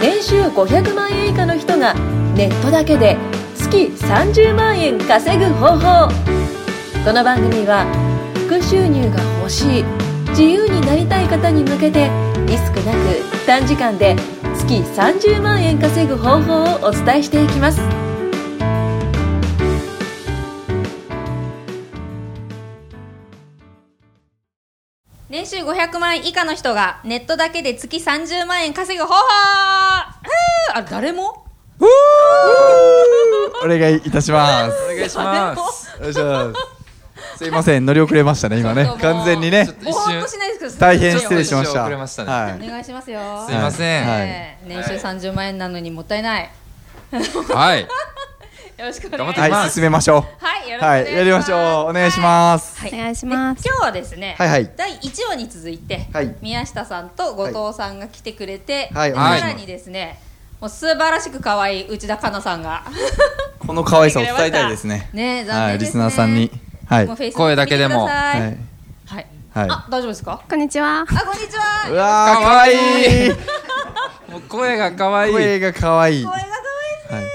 年収500万円以下の人がネットだけで月30万円稼ぐ方法この番組は副収入が欲しい自由になりたい方に向けてリスクなく短時間で月30万円稼ぐ方法をお伝えしていきます年収500万円以下の人がネットだけで月30万円稼ぐ方法ふーあ誰も お願いいたします。お願いします。よいしょすいません、乗り遅れましたね、今ねちょっ。ともう完全にねちょっ。とぼ一ーっ瞬としないですけど大変失礼しまし一瞬た。遅れましたねはおい。願いしますよすいません。はいねえ年収30万円なのにもったいないはい。よろしくお頑願張いしてまはっいきまい、す進めましょ。すはいうよろしくおは願いしますい、やりましょう。お願いしまはいす。お願いしますで今日はですね、はいはい第1話に続いて、はい宮下さんと後藤さんが来てくれて、はいはいでさお願いしらますにですねもう素晴らしく可愛い内田香奈さんがこの可愛さを伝えたいですね。ね残は念い、でリすスねナーさんに。はい。もうはフェイス声だけでも見てくださいい。はい、はいあ大丈夫ですかこんにちはあこんにちはうわー、可愛いい。もう声が可愛い。声が可愛い。声がは可愛いい。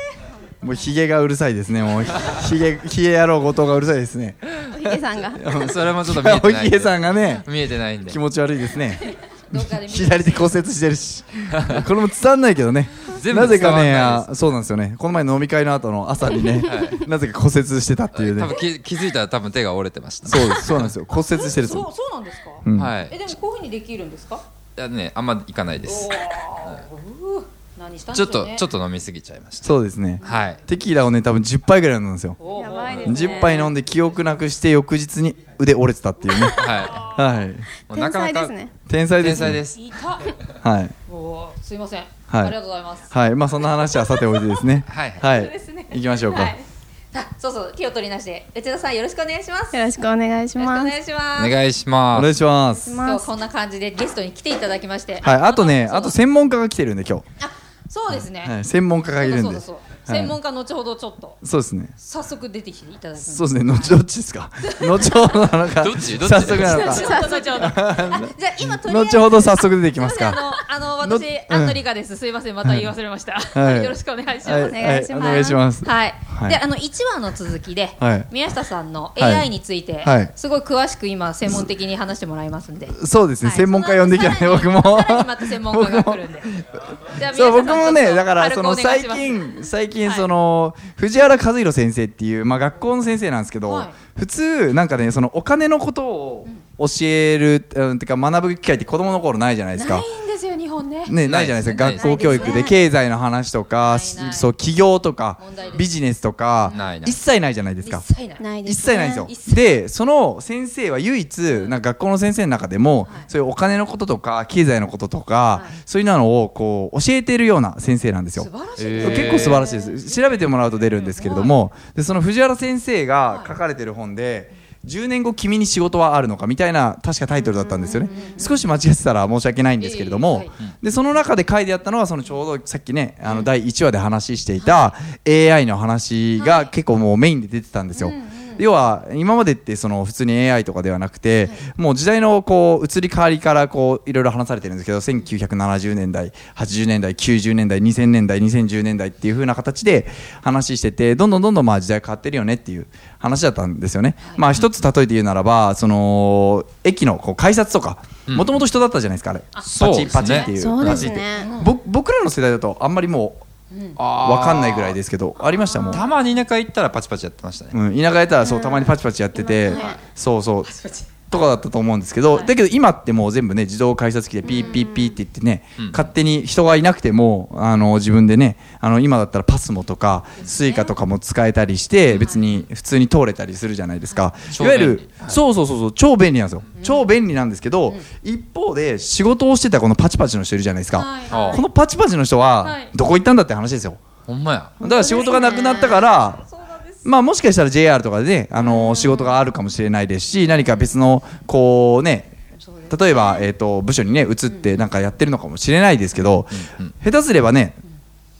もうヒゲがうるさいですね。もうヒゲ、ヒゲ野郎後藤がうるさいですね。おひげさんがそれもちょっと見え おてないヒんでゲ。さんがね、見えてないんで気。持ち悪いですね。どっかで見て左手骨折してるし これも伝わんないけどね全部なぜかね伝わんないであそうなんですよねこの前の飲み会の後の朝にね、 なぜか骨折してたっていうね多分気気づいたら多分手が折れてました。そうですそうなんですよ骨折してるそうと、そうなんですか、うんはい。えいでもこういうふうにできるんですかやねあんまいかないです。うー何したんちでょしっょうとねちょっと飲みすぎちゃいました。そうですねはい。テキーラをね多分10杯ぐらい飲んだんですよおーやばいですね10杯飲んで記憶なくして翌日に腕折れてたっていうねははいい。もうなかなか天才ですね天才で天す、才でね、す。いたはいおーすいません、はいありがとうございますはいまあそんな話はさておいてですねはいはいそうですね行きましょうか、はいあそうそう気を取りなして内田さんよろしくお願いしますよろしくお願いしよろしくおます願いしますお願いしおま願いす。しますま今す日こんな感じでゲストに来ていただきましてはいあとねそうだあと専門家が来てるんで今日、あそうですね、はい、専門家がいるんそうでだそうだそう専門家後ほどちょっとそうですね早速出てきていただきますそうですね、後どっちですか。後ほどなのか。どっちどっち早速なのか。 後ほど後ほどあじゃあ今とりあえず後ほど早速出てきますいか。ませんあのあのの私アントリカです。すいませんまた言い忘れました。は いよろしくお願いします。はい、はい。は願いいしますお願いします。はいであの一話の続きで、はい宮下さんのはい AI について、はいすごい詳しく今専門的に話してもらいますんで。そうですね、専門家呼んできたね、僕も。さらにまた専門家が来るんで。じゃあそ宮下う僕さんもちょねっとだから軽そくおの願い最します。近最近はいその藤原和弘先生っていうまあ学校の先生なんですけど、はい普通なんかねそのお金のことを教える、うん、てか学ぶ機会って子供の頃ないじゃないですかない。んですよ日本ね。ね、ないじゃないですかないです学校教育ないでです経済の話とかないないそう起業とか問題ですビジネスとかないない一切ないじゃないです一か切ない。ないで一すね切ないんですよ一切でその先生は唯一なんか学校の先生の中でも、そういうお金のこととか経済のこととはか、いそういうのをこう教えているような先生なんですよ素晴らしいえでーす。結構素晴らしいです調べてもらうと出るんですけれども、でその藤原先生が書かれてる本で、10年後君に仕事はあるのかみたいな確かタイトルだったんですよね少し間違ってたら申し訳ないんですけれども、いえいえでその中で書いてあったのはそのちょうどさっきねあの第1話で話していた AI の話はがい結構もうメインで出てたんですよ。うんうん要は今までってその普通に AI とかではなくて、もう時代のこう移り変わりからこういろいろ話されてるんですけど1970年代80年代90年代2000年代2010年代っていう風な形で話しててどんどんどんどんまあ時代変わってるよねっていう話だったんですよね、まあ一つ例えて言うならばその駅のこう改札とかもともと人だったじゃないですかあれパそうチでンすねパチンっていうそうパでチすンってねぼ僕らの世代だとあんまりもうわかんないぐらいですけどありましたもんたまに田舎行ったらパチパチやってましたね。うん、田舎やったらそうたまにパチパチやってて、そうそうとかだったと思うんですけど、だけど今ってもう全部ね自動改札機でピーピーピーって言ってね、勝手に人がいなくてもあの自分でねあの今だったらパスモとかスイカとかも使えたりして別に普通に通れたりするじゃないですか、い、超わゆ便る利、そうそうそうそう超便利なんですよ、超便利なんですけど、一方で仕事をしてたこのパチパチの人いるじゃないですか、はいあこのパチパチの人は、はいどこ行ったんだって話ですよほんまや。だから仕事がなくなったから、そうなんです。まあもしかしたら JR とかでね、あのー仕事があるかもしれないですし、何か別のこうね、例えばえっ、と部署にね移ってなんかやってるのかもしれないですけど、下手すればね、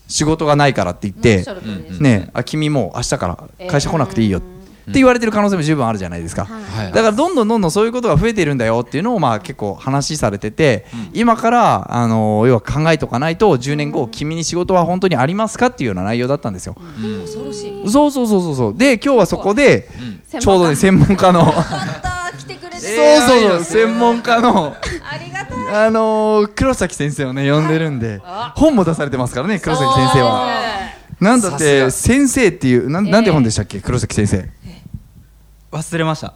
仕事がないからって言っおってしゃ、る通りですね、あ君もう明日から会社来なくていいよ。って言われてる可能性も十分あるじゃないですか。はいだからどんどんどんどんそういうことが増えているんだよっていうのをまあ結構話されてて、今からあの要は考えとかないと10年後君に仕事は本当にありますかっていうような内容だったんですよ。恐ろしいそうそうそうそうそうで今日はそこでうんちょうどね専門家のまた来てくれて、そう そうそう専門家のありがたいあのー黒崎先生をね呼んでるんで本も出されてますからね黒崎先生は。なんだっさてす先生っていうなんなんて本でしたっけ黒崎先生。忘れました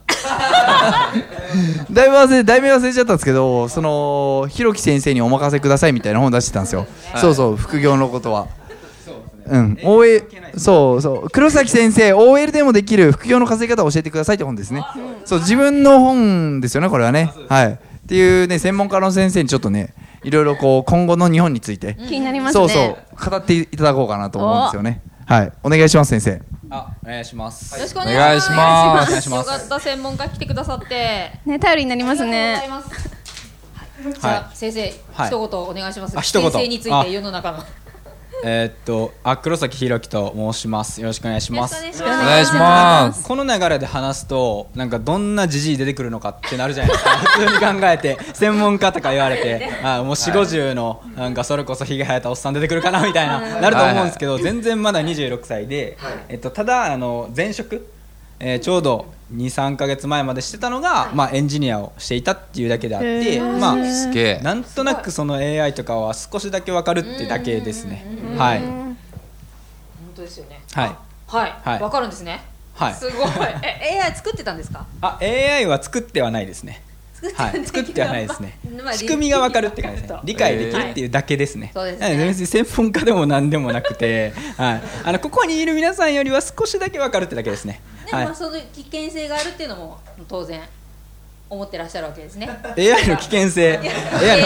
だいぶ忘れ題名忘れちゃったんですけどそのひろき先生にお任せくださいみたいな本出してたんですよ、そうそう副業のことはうん、OL そうそう黒崎先生 OL でもできる副業の稼ぎ方を教えてくださいって本ですねそう自分の本ですよねこれはねはいっていうね専門家の先生にちょっとねいろいろこう今後の日本について、気になりますそねうそう語っていただこうかなと思うんですよねはいお願いします先生あお願いしますよろしくお願いしおま願すいしますよかった専門家来てくださってね頼りになりますありねがとうございますじゃあ先生、はい一言お願いしますあ一言先生についあて世の中のえーっとあ黒崎ひろきと申しますよろしくお願いしますよろしくおお願いし願いしますこの流れで話すとなんかどんなじじい出てくるのかってなるじゃないですか普通に考えて専門家とか言われてあもう4 5 0のなんかそれこそひげ生えたおっさん出てくるかなみたいななると思うんですけど全然まだ26歳で、えっと、ただあの前職、えーちょうど23か月前までしてたのが、まあ、エンジニアをしていたっていうだけであって、まあ、すげえなんとなくその AI とかは少しだけわかるってだけですねはいます本当ですよねはいはいわ、はいかるんですねはいすごいえ AI 作ってたんですかあ AI は作ってはないですね作って,、はい、作ってはないですねまあまあ。仕組みがわかるって感じ ですね。理解できるっていうだけですね。そうですねはい別に専門家でも何でもなくて、はい、あのここにいる皆さんよりは少しだけわかるってだけですね。でも、はいまあ、その危険性があるっていうのも当然思ってらっしゃるわけですね AI の危険性、AI の危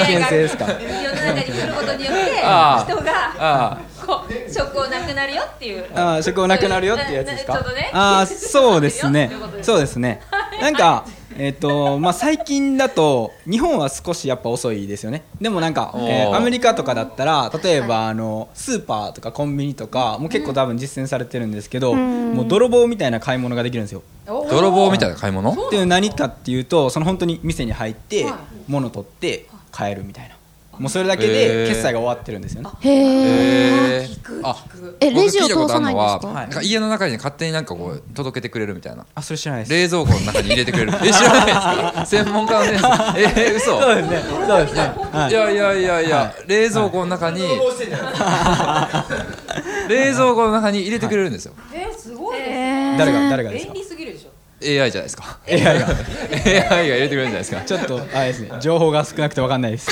険性ですか。 世の中に来ることによってあー人があこう職をなくなるよっていうあー食をなくなるよっていうやつですななかちょっとね。。あーそうですねそうですね。なんかえっ、とまあ最近だと日本は少しやっぱ遅いですよね。でもなんか、ーえーアメリカとかだったら例えばあのスーパーとかコンビニとかもう結構多分実践されてるんですけど、もう泥棒みたいな買い物ができるんですよ。あ泥棒みたいな買い物っていう何かっていうとその本当に店に入って、はい物取って買えるみたいな。もうそれだけでへー決済が終わってるんですよね。へええあえ僕レジ聞をいた通ことあさるないんのではすかはいなんか家の中に勝手になん かこう届けてくれるみたいなあそれ知らないです。冷蔵庫の中に入れてく れるえ知らないですか専門家の先生 えー、嘘そうですね。そうですね。はいいやいやいやいや、冷蔵庫の中に 冷蔵庫の中に入れてくれるんですよ、えーすごいですえ誰が誰がです便か利すぎるでしょ AI じゃないです か AI が AI が入れてくれるんじゃないですかちょっとあれですね情報が少なくてわかんないです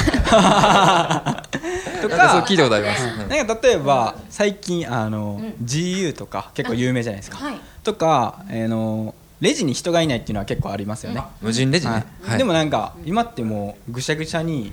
なんかとそうか聞いたことあります、うんなんか例えば最近あの、GU とか結構有名じゃないですか、はいとか、えーのレジに人がいないっていうのは結構ありますよね、無人レジね、はいはいでもなんか今ってもうぐしゃぐしゃに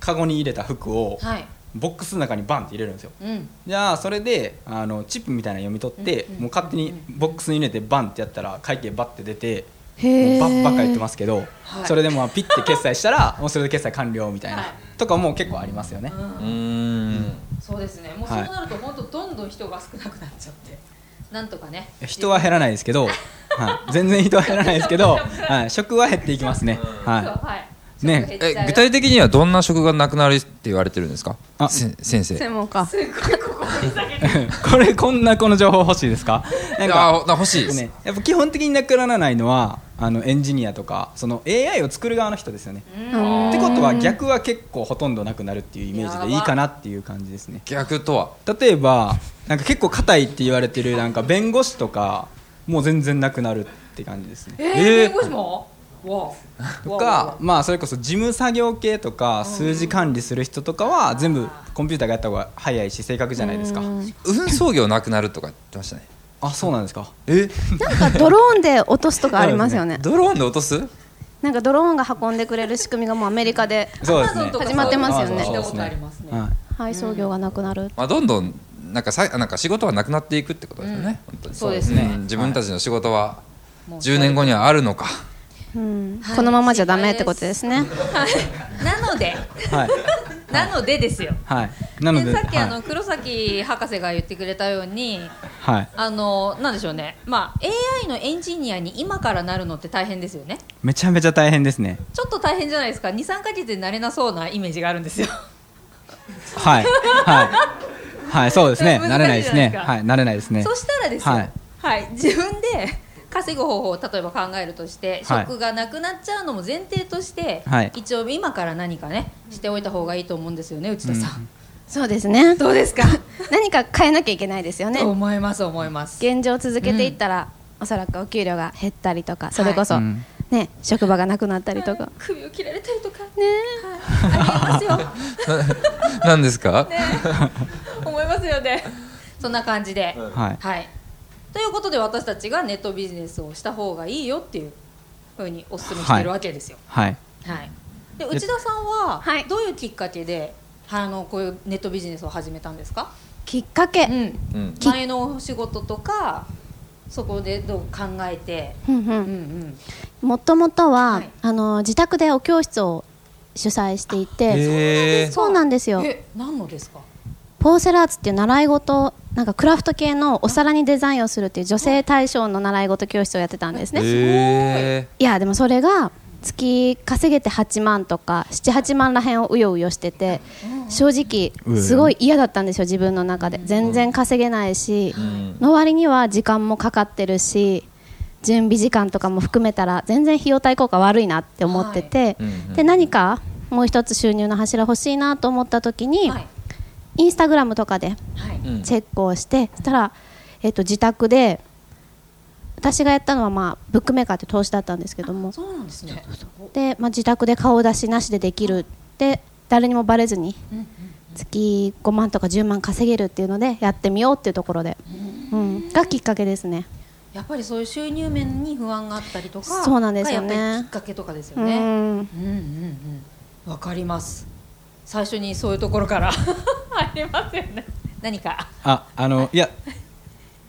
カゴに入れた服をはいボックスの中にバンって入れるんですようんじゃあそれであのチップみたいなの読み取って、もう勝手にボックスに入れてバンってやったら会計バッて出てへーもうバッバカ言ってますけど、はいそれでもうピッて決済したらもうそれで決済完了みたいな、はいとかもう結構ありますよね、うーんそうですねもうそうなると本当どんどん人が少なくなっちゃってなんとかね人は減らないですけど、はい、全然人は減らないですけど、はい、食は減っていきますね、そうははいねちょっと減っちゃうえ具体的にはどんな食がなくなるって言われてるんですかあせ先ー生専門家い、 これこんなこの情報欲しいですかなんかあほな欲しいです、ね、やっぱ基本的になくならないのはあのエンジニアとかその AI を作る側の人ですよね。ってことは逆は結構ほとんどなくなるっていうイメージでいいかなっていう感じですね。逆とは例えばなんか結構硬いって言われてるなんか弁護士とかもう全然なくなるって感じですね。えー、弁護士もわあとわあわか、まあ、それこそ事務作業系とか数字管理する人とかは全部コンピューターがやった方が早いし正確じゃないですか。運送業なくなるとか言ってましたねあそうなんですか。えなんかドローンで落とすとかありますよねドローンで落とすなんかドローンが運んでくれる仕組みがもうアメリカでそうであすね Amazon。とか始まってますよね聞いたことありますねはい配送業がなくなるまあ、どんどんなんかさなんか仕事はなくなっていくってことですよね、本当にそうですねん自分たちの仕事はもう10年後にはあるのかうんはいこのままじゃダメってことですねなのではいなのでですよ。はいなのででさっきあはいの黒崎博士が言ってくれたように、はいあのなんでしょうね、まあ、AI のエンジニアに今からなるのって大変ですよね、めちゃめちゃ大変ですねちょっと大変じゃないですか、2、3か月でなれなそうなイメージがあるんですよ。はいはいはいそうですね 難しい慣れないですねじゃないですかはい慣れないですねそしたらですよ、ははいい自分で稼ぐ方法を例えば考えるとして、はい職がなくなっちゃうのも前提として、はい一応今から何かねしておいた方がいいと思うんですよね内田さん、そうですねどう ですか何か変えなきゃいけないですよねと思います思います現状続けていったら、おそらくお給料が減ったりとかそれこそ、はいうんね職場がなくなったりとか、首を切られたりとかねねありえますよ 何ですか思いますよねそんな感じで、はいはいということで私たちがネットビジネスをした方がいいよっていうふうにお勧めしているわけですよ、はいはい、で内田さんははいどういうきっかけで、あのこういうネットビジネスを始めたんですか、きっかけ、ん、うん前のお仕事とかそこでどう考えて、うんううんんうん、もともとは、はいあの自宅でお教室を主催していてえそうなんですよえ何のですかポーセラーツっていう習い事なんかクラフト系のお皿にデザインをするっていう女性対象の習い事教室をやってたんですね、えいやでもそれが月稼げて8万とか78万らへんをうようよしてて正直すごい嫌だったんですよ自分の中で全然稼げないしんの割には時間もかかってるし準備時間とかも含めたら全然費用対効果悪いなって思っててうんうんで何かもう一つ収入の柱欲しいなと思った時にはいインスタグラムとかではい、うんチェックをして、そしたら、えっと自宅で私がやったのは、まあ、ブックメーカーって投資だったんですけどもそうなんですねで、まあ、自宅で顔出しなしでできるで誰にもバレずにんうん月5万とか10万稼げるっていうのでやってみようっていうところで、うん、がきっかけですね。やっぱりそういう収入面に不安があったりとかそうなんですよねがやっぱりきっかけとかですようねんうんうんうんわかります最初にそういうところから ありますよね何かああのいや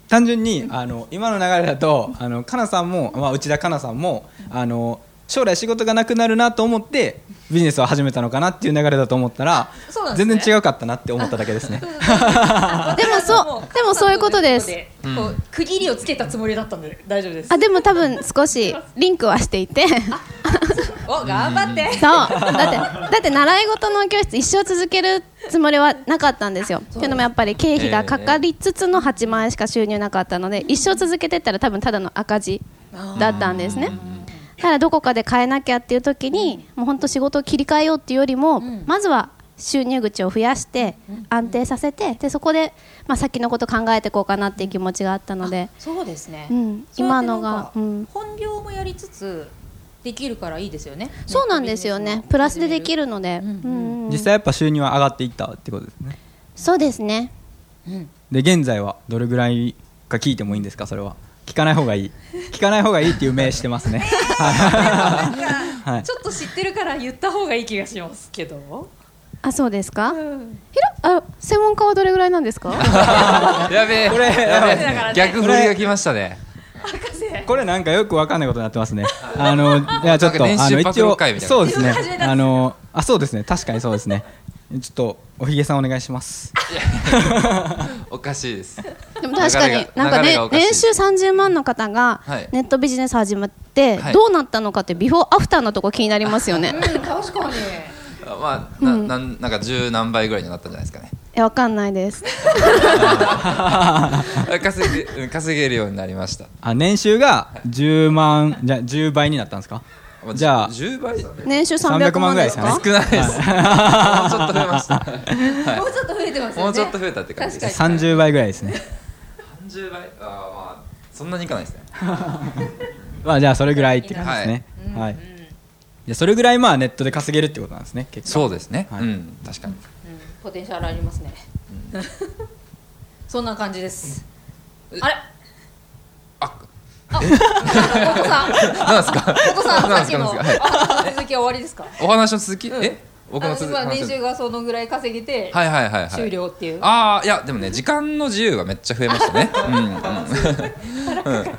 単純にあの今の流れだとあのかなさんも、まあ、内田かなさんもあの将来仕事がなくなるなと思ってビジネスを始めたのかなっていう流れだと思ったら、そうなんです全ね然違うかったなって思っただけ ですね。でもそうでもそういうことですこう区切りをつけたつもりだったんで大丈夫ですあでも多分少しリンクはして いてお頑張ってそうだってだって習い事の教室一生続けるつもりはなかったんですよ。っていうのもやっぱり経費がかかりつつの8万円しか収入なかったので、一生続けてったら多分ただの赤字だったんですね。だからどこかで変えなきゃっていう時に、もう本当仕事を切り替えようっていうよりも、まずは収入口を増やして安定させてでそこで、まあ、先のこと考えていこうかなっていう気持ちがあったのでそうですね、うんそうやって今のがなんかうん本業もやりつつできるからいいですよねそうなんですよねプラスでできる、るので、うんうん実際やっぱ収入は上がっていったってことですね。そうですねうんで現在はどれぐらいか聞いてもいいんですかそれは聞かない方がいい聞かない方がいいっていう名して ますね。はいちょっと知ってるから言った方がいい気がしますけど、あそうですか、ひろあ専門家はどれぐらいなんで すか やべえこれやべだからねえ逆振りが来ましたね博士これなんかよくわかんないことになってますね。あの、いや、ちょっと、なんかあの、練習パク一ロ応会み、たいなそうですね自分で始め。たんですよあの、あ、そうですね。確かにそうですね。ちょっと、おひげさんお願いします。おかしいですでも確かに流れがなんか流れねがおかしい年収30万の方がはいネットビジネス始まってはいどうなったのかってビフォーアフターのとこ気になりますよねうん確かにまあななんなんか十何倍ぐらいになったんじゃないですかねえわかんな いです稼げうん稼げるようになりました。あ、年収が10万、じゃあ、10倍になったんですかまじゃあ10倍少年収300 300万万ぐらいでですすかかねないです。もうちょっと増えました。もはうちょっと増えてますよい。ねもうちょっと増えたって感じです。 30倍ぐらいですね。 30倍あーまあそんなにいかないですね。まあ、じゃあ、それぐらいって感じですね。はい。で、それぐらい、まあ、ネットで稼げるってことなんですね。結構。そうですね。はいうん確かに。うんポテンシャルありますねそんな感じですあれああ、お子さんなんですか。お子さんなさんっきですかのなんですか。はいあ続きは終わりですかお話の続きえ僕あのの続き今話年の収がそのぐらい稼げてはいはいはいはい。終了っていうああいやでもね時間の自由がめっちゃ増えまし たね。うんうん。うん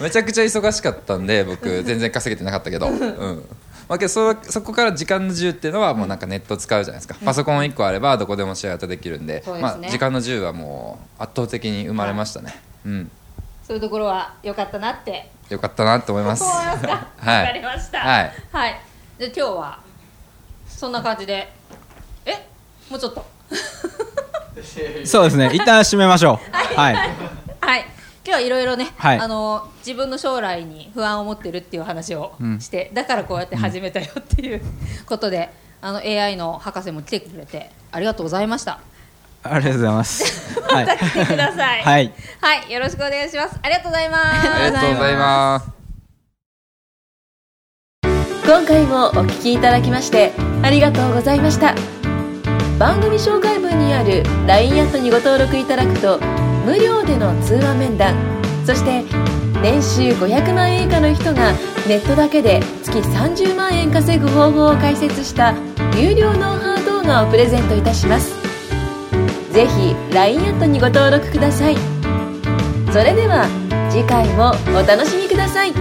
めちゃくちゃ忙しかったんで僕全然稼げてなかったけど、うん、まあ、けどそそこから時間の自由っていうのはもうなんかネット使うじゃないですか、パソコン1個あればどこでもシェアアウトできるんでそうですまあ、ね時間の自由はもう圧倒的に生まれましたね、うんそういうところは良かったなってよかったなと思いますそう思いますか はいわかりましたはい、はい、じゃあ今日はそんな感じでえもうちょっとそうですね一旦締めまし ょうはいはい今日はいろいろね、はいあの自分の将来に不安を持ってるっていう話をして、だからこうやって始めたよっていう ことで、あの AI の博士も来てくれてありがとうございましたありがとうございますは また来てくださいはいはい、よろしくお願いしますありがとうございますありがとうございます今回もお聞きいただきましてありがとうございました番組紹介文にある LINE アットにご登録いただくと無料での通話面談そして年収500万円以下の人がネットだけで月30万円稼ぐ方法を解説した有料ノウハウ動画をプレゼントいたしますぜひ LINE アットにご登録くださいそれでは次回もお楽しみください